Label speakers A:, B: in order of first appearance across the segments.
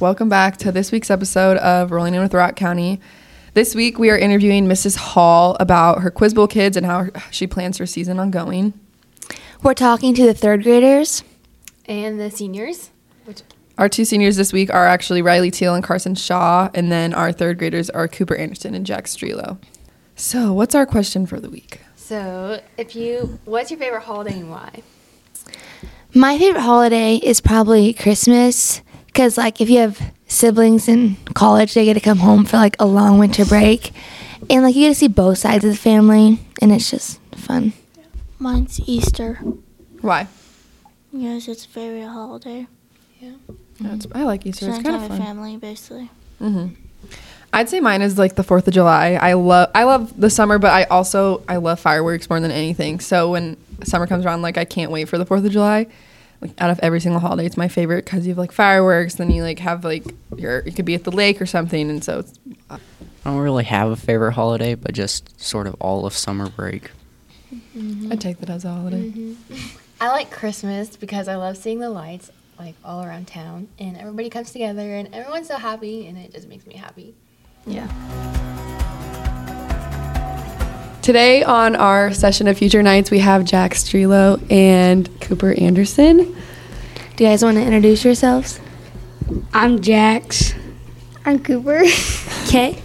A: Welcome back to this week's episode of Rolling In with Rock County. This week we are interviewing Mrs. Hall about her Quiz Bowl kids and how she plans her season on going.
B: We're talking to the third graders.
C: And the seniors. Which,
A: Our two seniors this week are actually Riley Teal and Carson Shaw, and then our third graders are Cooper Anderson and Jack Strelo. So, what's our question for the week?
C: so, if you, what's your favorite holiday and why?
B: My favorite holiday is probably Christmas because, like, if you have siblings in college, they get to come home for like a long winter break, and like you get to see both sides of the family, and it's just fun.
D: Mine's Easter.
A: Why?
D: Yes, it's a favorite holiday.
A: That's, I like Easter. It's
D: Spend
A: kind
D: time
A: of
D: with
A: fun.
D: family, basically.
A: I'd say mine is like the Fourth of July. I love I love the summer, but I also I love fireworks more than anything. So when summer comes around, like I can't wait for the Fourth of July. Like out of every single holiday, it's my favorite because you have like fireworks. Then you like have like your you could be at the lake or something, and so it's,
E: I don't really have a favorite holiday, but just sort of all of summer break.
B: Mm-hmm.
A: I take that as a holiday.
C: I like Christmas because I love seeing the lights like all around town and everybody comes together and everyone's so happy and it just makes me happy.
F: Today on our session of Future Nights, we have Jack Strelo and Cooper Anderson.
B: Do you guys want to introduce yourselves?
G: I'm Jax.
D: I'm Cooper.
B: Okay.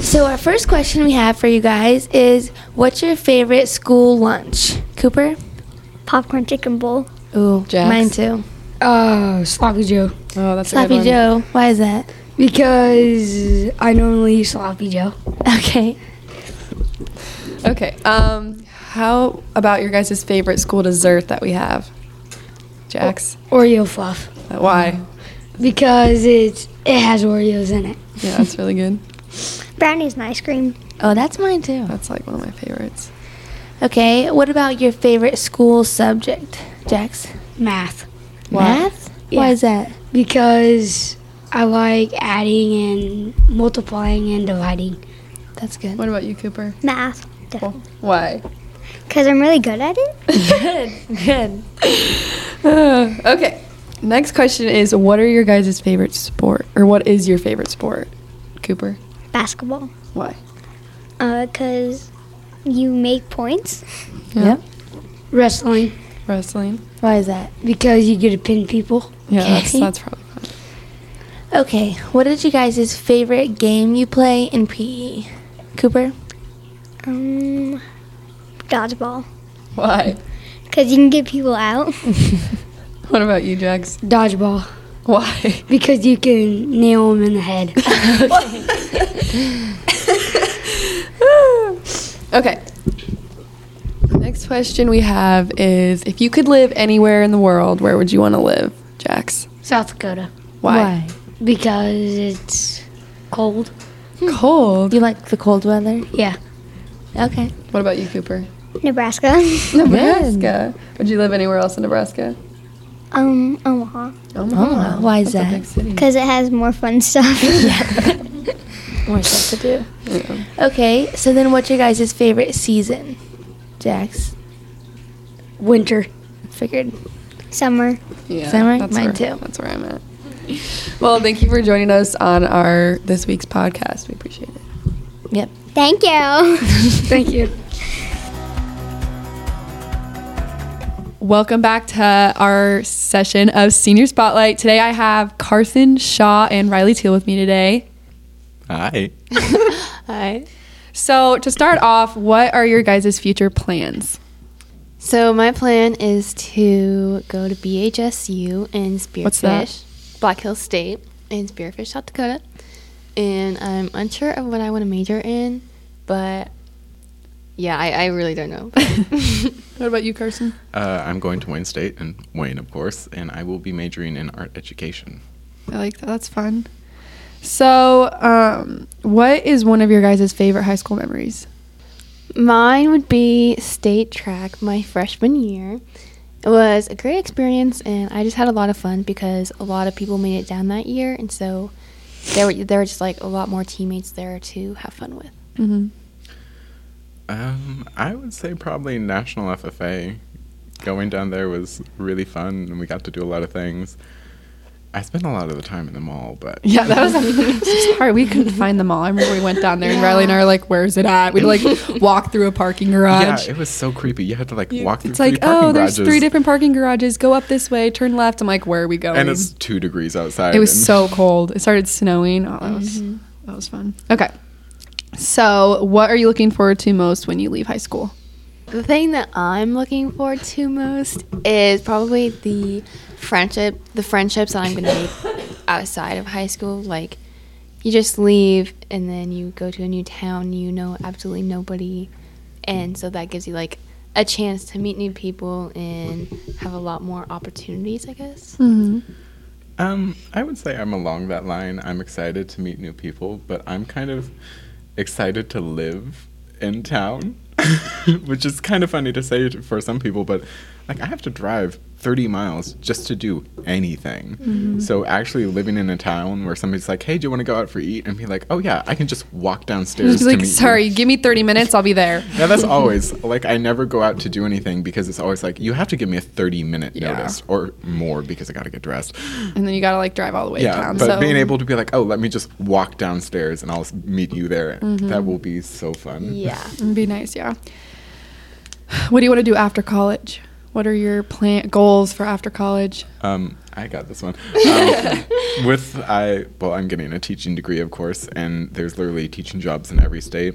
B: So our first question we have for you guys is, what's your favorite school lunch? Cooper.
D: Popcorn chicken bowl.
B: Ooh,
F: Jax?
B: mine too.
G: Uh, Sloppy Joe.
F: Oh, that's
B: Sloppy Joe. Why is that?
G: Because I normally eat Sloppy Joe.
B: Okay.
F: Okay. Um, how about your guys' favorite school dessert that we have? Jack's.
G: Oreo Fluff.
B: Oh.
F: Uh, Why?
G: Because it's, it has Oreos in it.
F: Yeah, that's really good.
D: Brownies and ice cream.
B: Oh, that's mine too.
F: That's like one of my favorites.
B: Okay. What about your favorite school subject, Jax?
G: Math.
B: Math? Why
G: Yeah.
B: is that?
G: Because I like adding and multiplying and dividing.
B: That's good.
F: What about you, Cooper?
D: Math.
F: Why?
D: Because I'm really good at it.
F: Uh, okay. Next question is what are your guys' favorite sport? Or what is your favorite sport? Cooper.
D: Basketball.
F: Why?
D: Because you make points.
B: Yep.
G: Wrestling.
F: Wrestling.
B: Why is that?
G: Because you get to pin people.
F: Yeah, that's
B: Okay.
F: that's probably fun.
B: Okay. What is you guys' favorite game you play in PE? Cooper?
D: Um, dodgeball.
F: Why?
D: Because you can get people out.
F: What about you, Jax?
G: Dodgeball.
F: Why?
G: Because you can nail them in the head.
F: Okay. Next question we have is if you could live anywhere in the world, where would you want to live, Jax?
G: South Dakota.
F: Why?
G: Because it's cold.
F: Cold.
B: You like the cold weather?
G: Yeah.
B: Okay.
F: What about you, Cooper?
D: Nebraska.
F: Nebraska. Would you live anywhere else in Nebraska?
D: um, Omaha.
B: Oh, why is that?
D: Because it has more fun stuff.
B: More stuff to do. Okay. So then what's your guys' favorite season? Jax?
G: Winter.
B: Figured.
D: Summer.
F: Yeah,
B: Summer?
F: that's
B: Mine
F: where-
B: too.
F: That's where I'm at. Well, thank you for joining us on our this week's podcast. We appreciate it.
D: Thank you.
G: Thank you.
F: Welcome back to our session of Senior Spotlight. Today I have Carson Shaw and Riley Teal with me today.
H: Hi.
F: So, to start off, what are your guys' future plans?
C: So my plan is to go to BHSU and Spearfish,
F: What's that?
C: Black Hills State, and Spearfish, South Dakota. And I'm unsure of what I want to major in, but yeah, I, I really don't know.
F: What about you, Carson?
H: Uh, I'm going to Wayne State and Wayne, of course, and I will be majoring in art education.
F: I like that. That's fun. So, um, what is one of your guys' favorite high school memories?
C: Mine would be state track my freshman year. It was a great experience, and I just had a lot of fun because a lot of people made it down that year, and so there were there were just like a lot more teammates there to have fun with.
H: Um, I would say probably National FFA. Going down there was really fun, and we got to do a lot of things. I spent a lot of the time in the mall, but
A: Yeah, that was hard. We couldn't find them all. I remember we went down there and Riley and I were like, "Where's it at?" We'd like walk through a parking
H: yeah,
A: garage.
H: it was so creepy. You had to like walk through
A: it's like,
H: three parking
A: oh, there's
H: garages,
A: three different parking garages. Go up this way, turn left. I'm like, where are we going?
H: and it's two degrees outside.
A: it was
H: and-
A: so cold. It started snowing. Oh, that was that was fun. Okay. So, what are you looking forward to most when you leave high school?
C: The thing that I'm looking forward to most is probably the friendship, the friendships that I'm going to make outside of high school. Like, you just leave and then you go to a new town, you know absolutely nobody. And so that gives you, like, a chance to meet new people and have a lot more opportunities, I guess.
A: Hmm.
H: Um, I would say I'm along that line. I'm excited to meet new people, but I'm kind of excited to live in town, which is kind of funny to say to- for some people, but like I have to drive 30 miles just to do anything.
A: Mm-hmm.
H: So actually living in a town where somebody's like, "Hey, do you want to go out for eat?" and be like, "Oh yeah, I can just walk downstairs."
A: Just
H: to
A: be like,
H: meet you."
A: sorry, give me 30 minutes. I'll be there.
H: Now that's always like I never go out to do anything because it's always like you have to give me a 30 minute
A: Yeah.
H: notice or more because I got to get dressed.
A: And then you gotta like drive all the way
H: Yeah,
A: to town.
H: but
A: so.
H: being able to be like, oh, let me just walk downstairs and I'll s- meet you there.
A: Mm-hmm.
H: That will be so fun.
C: Yeah.
A: It'd be nice, yeah. What do you want to do after college? What are your plan goals for after college?
H: Um, I got this one. Um, with I, well, I'm getting a teaching degree, of course, and there's literally teaching jobs in every state.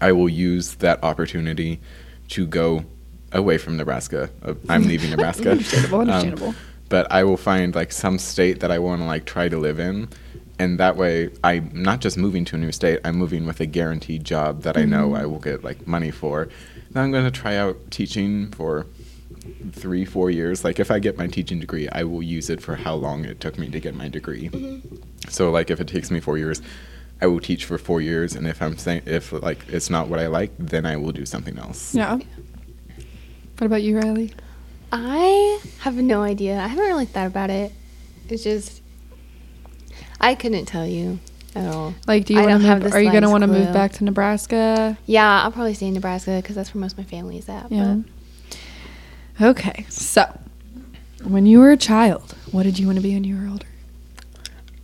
H: I will use that opportunity to go away from Nebraska. Uh, I'm leaving Nebraska.
A: Understandable,
H: Um,
A: understandable.
H: but I will find like some state that I want to like try to live in. And that way, I'm not just moving to a new state, I'm moving with a guaranteed job that I know
A: Mm-hmm.
H: I will get like money for. Then I'm going to try out teaching for three, four years. Like, if I get my teaching degree, I will use it for how long it took me to get my degree.
A: Mm-hmm.
H: So, like, if it takes me four years, I will teach for four years. And if I'm saying, if like it's not what I like, then I will do something else.
A: Yeah. What about you, Riley?
C: I have no idea. I haven't really thought about it. It's just I couldn't tell you at all.
A: Like, do you
C: I
A: want to
C: don't have
A: move?
C: the
A: Are you gonna
C: slightest
A: want to move
C: clue.
A: back to Nebraska?
C: Yeah, I'll probably stay in Nebraska because that's where most of my family is at.
A: Yeah. Okay, so when you were a child, what did you want to be when you were older?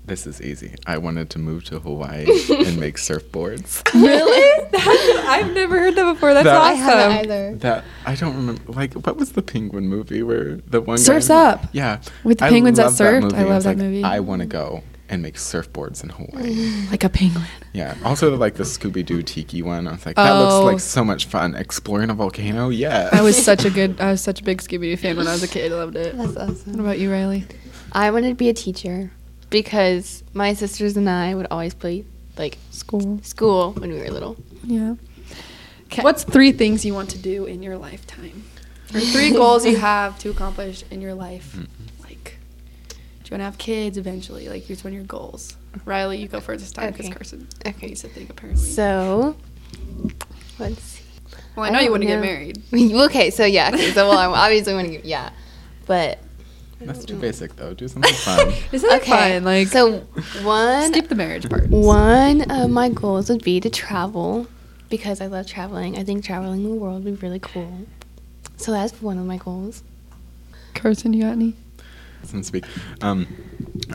H: This is easy. I wanted to move to Hawaii and make surfboards.
A: Really? I've never heard that before. That's
H: That-
C: But I haven't either.
H: That I don't remember. Like, what was the penguin movie where the one guy-
A: Surf's Up.
H: Yeah,
A: With the
H: I
A: penguins that
H: love
A: surfed. I love
H: was
A: that
H: like,
A: movie.
H: I want to go and make surfboards in Hawaii.
A: Like a penguin.
H: yeah. Also, like the Scooby Doo Tiki one. I was like, that looks
A: Oh.
H: like so much fun. Exploring a volcano. Yeah.
A: I was such a good. I was such a big Scooby Doo fan when I was a kid. I loved it.
C: That's awesome.
A: What about you, Riley?
C: I wanted to be a teacher because my sisters and I would always play like
A: School.
C: school when we were little.
A: Yeah. What's three things you want to do in your lifetime? Or three goals you have to accomplish in your life? Like, do you want to have kids eventually? Like, here's one of your goals. Riley, you go first this time because
C: Okay.
A: Carson
C: Okay.
A: needs to think apparently.
C: So oh, let's see.
A: well, I
C: I
A: know you
C: don't
A: want to get
C: know.
A: married.
C: okay, so yeah, okay, so well, I obviously want to get yeah, but
H: That's too basic though. Do something fun.
A: Isn't that
C: okay,
A: fun? Like,
C: so one
A: skip the marriage part.
C: One of my goals would be to travel because I love traveling. I think traveling the world would be really cool. So that's one of my goals.
A: Carson, you got any?
H: Doesn't speak. Um,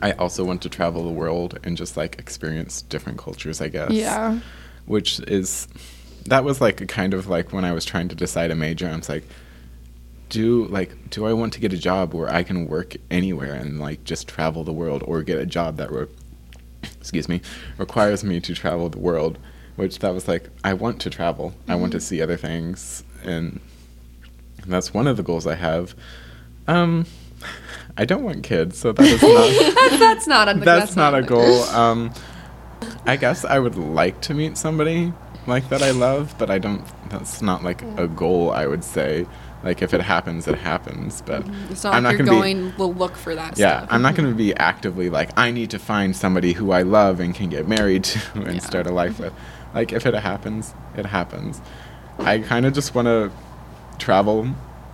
H: I also want to travel the world and just like experience different cultures. I guess.
A: Yeah.
H: which is that was like a kind of like when I was trying to decide a major, I was like, do like do I want to get a job where I can work anywhere and like just travel the world, or get a job that re- excuse me requires me to travel the world? Which that was like I want to travel, I
A: Mm-hmm.
H: want to see other things, and that's one of the goals I have. Um, I don't want kids, so that is not
A: That's not a.
H: that's, not, a goal. Um, I guess I would like to meet somebody like that I love, but I don't. That's not like a
A: Mm.
H: goal. I would say, like if it happens, it happens. But
A: Mm-hmm. It's not
H: I'm
A: like
H: not
A: you're
H: gonna be-
A: going. we'll look for that.
H: yeah,
A: stuff.
H: I'm not going to be actively like I need to find somebody who I love and can get married to and start a life with. Like if it happens, it happens. I kind of just want to travel,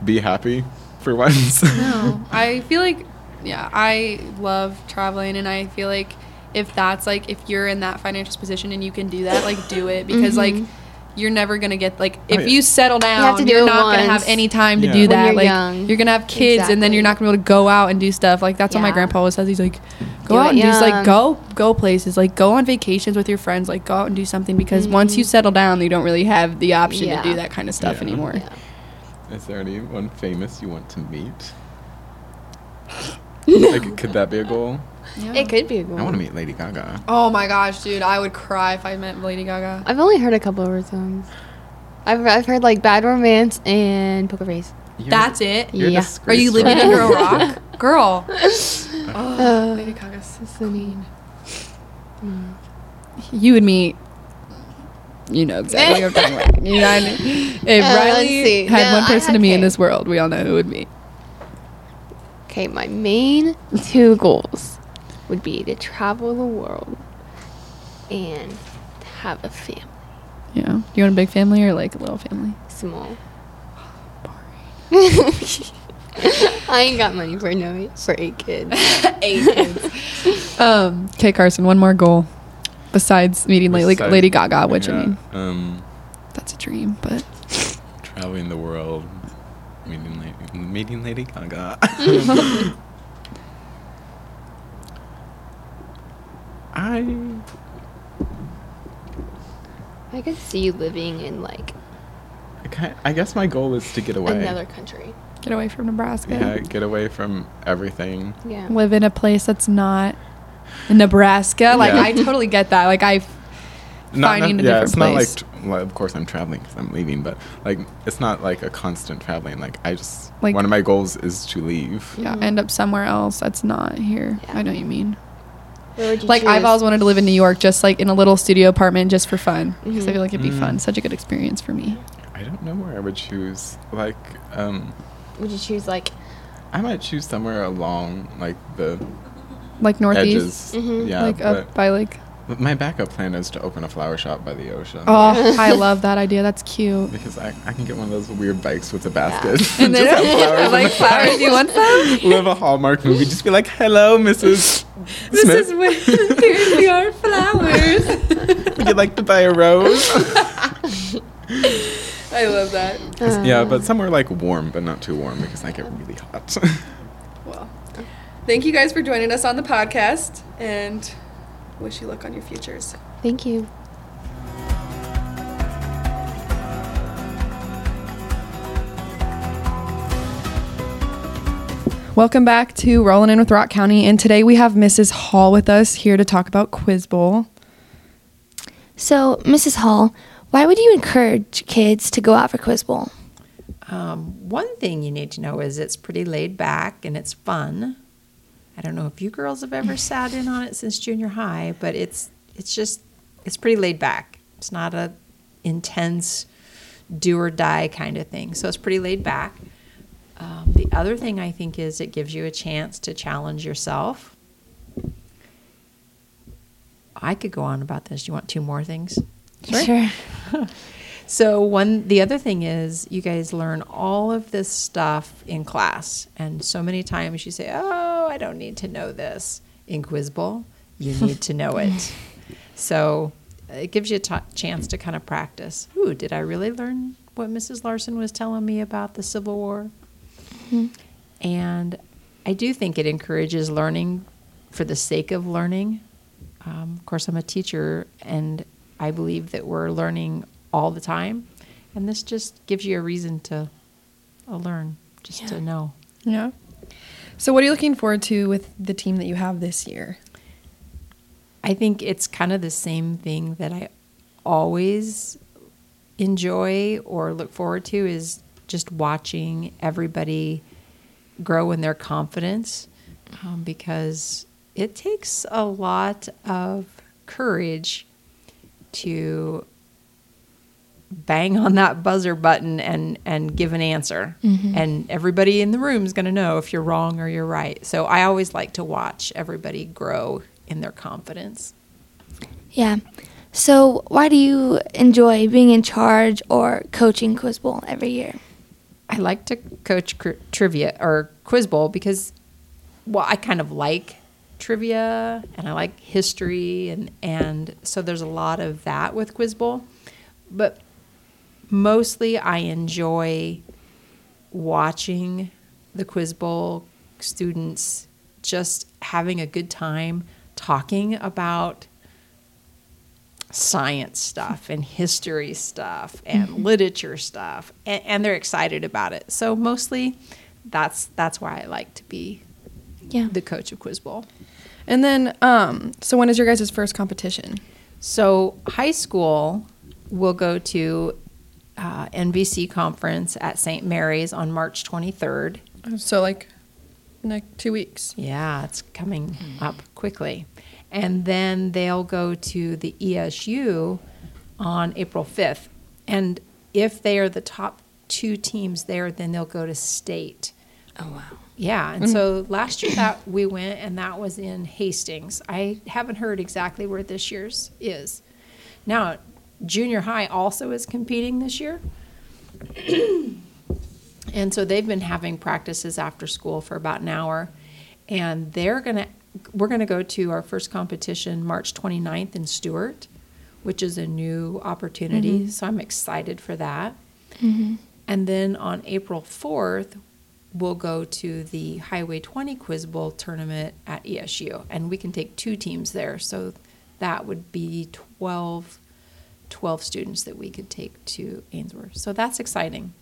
H: be happy for once.
A: No, Oh, I feel like, yeah, I love traveling, and I feel like if that's like if you're in that financial position and you can do that, like do it because like you're never gonna get like if
H: Oh, yeah.
A: you settle down, you
C: Mm-hmm. have to do
A: are
C: it
A: not gonna have
C: once
A: any time to
H: Yeah.
A: do
H: When
A: that.
C: you're
A: like
C: young.
A: you're gonna have kids, and then
C: Exactly.
A: you're not gonna be able to go out and do stuff. Like that's what my
C: Yeah.
A: grandpa always says. He's like, go
C: Do
A: out
C: it
A: and do just
C: young.
A: like go go places, like go on vacations with your friends, like go out and do something because once you settle down, you don't really have the option
C: Mm-hmm. Yeah.
A: to do that kind of stuff
H: Yeah.
A: anymore.
H: Is there anyone famous you want to meet? like, could that be a goal?
C: It could be a
H: I
C: goal.
H: want to meet Lady Gaga.
A: Oh my gosh, dude, I would cry if I met Lady Gaga.
C: I've only heard a couple of her songs. I've, I've heard like Bad Romance and Poker Face.
H: You're-
A: That's it.
H: you're
C: Yeah.
H: the
A: Are you living
H: story.
A: under a rock, girl?
C: Uh,
A: Lady Gaga's
C: what's the name?
A: you and me. You know exactly what I'm talking about. You know what I mean? If
C: Uh, let's
A: Riley
C: see.
A: had
C: No,
A: one
C: I
A: person
C: had
A: to me in
C: Kate.
A: this world, we all know who it would be.
C: Okay, my main two goals would be to travel the world and have a family.
A: You know, you want a big family or like a little family?
C: Small. I ain't got money for no for eight kids. eight kids.
A: Um, Kay Carson, one more goal besides meeting Lady,
H: Besides-
A: Lady Gaga, which
H: Yeah,
A: I mean,
H: um,
A: that's a dream, but
H: traveling the world, meeting Lady, meeting Lady Gaga. I
C: I could see you living in like
H: I ki- I guess my goal is to get away.
C: another country.
A: get away from Nebraska.
H: yeah, get away from everything.
C: Yeah.
A: Live in a place that's not in Nebraska. Like,
H: Yeah.
A: I totally get that. Like, I Finding a
H: yeah,
A: different place.
H: it's not like. T- well, of course, I'm traveling because I'm leaving, but like, it's not like a constant traveling. Like, I just
A: Like-
H: one of my goals is to leave.
A: yeah, end up somewhere else that's not here.
C: Yeah.
A: I know what you mean.
C: Where would you
A: Like I've
C: choose?
A: always wanted to live in New York, just like in a little studio apartment, just for fun, because I feel like
H: Mm.
A: it'd be fun. Such a good experience for me.
H: I don't know where I would choose. Like, um,
C: would you choose like
H: I might choose somewhere along like the
A: Like Northeast, Mm-hmm.
H: edges. Yeah,
A: like
H: but,
A: up by like.
H: but my backup plan is to open a flower shop by the ocean.
A: Oh, I love that idea. That's cute.
H: Because I, I can get one of those weird bikes with a basket.
A: And then
H: just have flowers.
A: like flowers, you want some?
H: Live a Hallmark movie. Just be like, hello, Mrs.
A: This
H: Smith.
A: is where here's your flowers.
H: Would you like to buy a rose?
A: I love that.
H: yeah, but somewhere like warm, but not too warm because I get really hot.
A: Well, thank you guys for joining us on the podcast, and wish you luck on your futures.
C: Thank you.
A: Welcome back to Rolling In with Rock County, and today we have Mrs. Hall with us here to talk about Quiz Bowl.
B: So, Mrs. Hall, why would you encourage kids to go out for Quiz Bowl?
I: Um, one thing you need to know is it's pretty laid back and it's fun. I don't know if you girls have ever sat in on it since junior high, but it's it's just it's pretty laid back. It's not a intense do or die kind of thing, so it's pretty laid back. Um, the other thing I think is it gives you a chance to challenge yourself. I could go on about this. Do you want two more things?
B: Sure.
I: So one the other thing is you guys learn all of this stuff in class and so many times you say, "Oh, I don't need to know this." In Quiz Bowl, you need to know it. So it gives you a t- chance to kind of practice. Ooh, did I really learn what Mrs. Larson was telling me about the Civil War? And I do think it encourages learning for the sake of learning. Um, of course, I'm a teacher, and I believe that we're learning all the time. And this just gives you a reason to uh, learn, just to know.
A: Yeah. So, what are you looking forward to with the team that you have this year?
I: I think it's kind of the same thing that I always enjoy or look forward to is just watching everybody grow in their confidence um, because it takes a lot of courage to bang on that buzzer button and and give an answer and everybody in the room is going to know if you're wrong or you're right so i always like to watch everybody grow in their confidence
B: Yeah. So, why do you enjoy being in charge or coaching Quiz Bowl every year?
I: I like to coach cr- trivia or quiz bowl because, well, I kind of like trivia and I like history and and so there's a lot of that with quiz bowl, but
H: mostly I enjoy watching the Quiz Bowl students just having a good time talking about science stuff and history stuff and literature stuff and, and they're excited about it. So mostly that's that's why I like to be
C: Yeah.
H: the coach of Quiz Bowl.
A: And then, um, so when is your guys' first competition?
H: So high school will go to uh, NBC conference at St. Mary's on March 23rd.
A: Uh, So like, like two weeks.
H: Yeah, it's coming
C: Hmm.
H: up quickly. And then they'll go to the ESU on April 5th. And if they are the top two teams there, then they'll go to state.
C: Oh wow.
H: Yeah, and so last year that we went, and that was in Hastings. I haven't heard exactly where this year's is. Now, junior high also is competing this year, and so they've been having practices after school for about an hour, and they're gonna we're gonna go to our first competition March 29th in Stewart, which is a new opportunity. So I'm excited for that. And then on April 4th, we'll go to the Highway 20 Quiz Bowl tournament at E ESU. And we can take two teams there. So that would be 12, 12 students that we could take to Ainsworth. So that's exciting.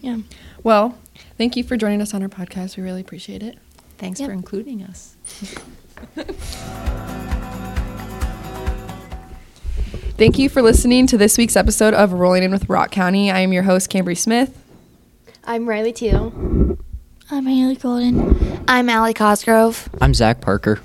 A: Yeah. Well, thank you for joining us on our podcast. We really appreciate it.
H: Thanks
C: Yep.
H: for including us.
J: Thank you for listening to this week's episode of Rolling In with Rock County. I am your host, Cambry Smith.
C: I'm Riley too.
K: I'm Haley Golden. I'm Allie Cosgrove.
E: I'm Zach Parker.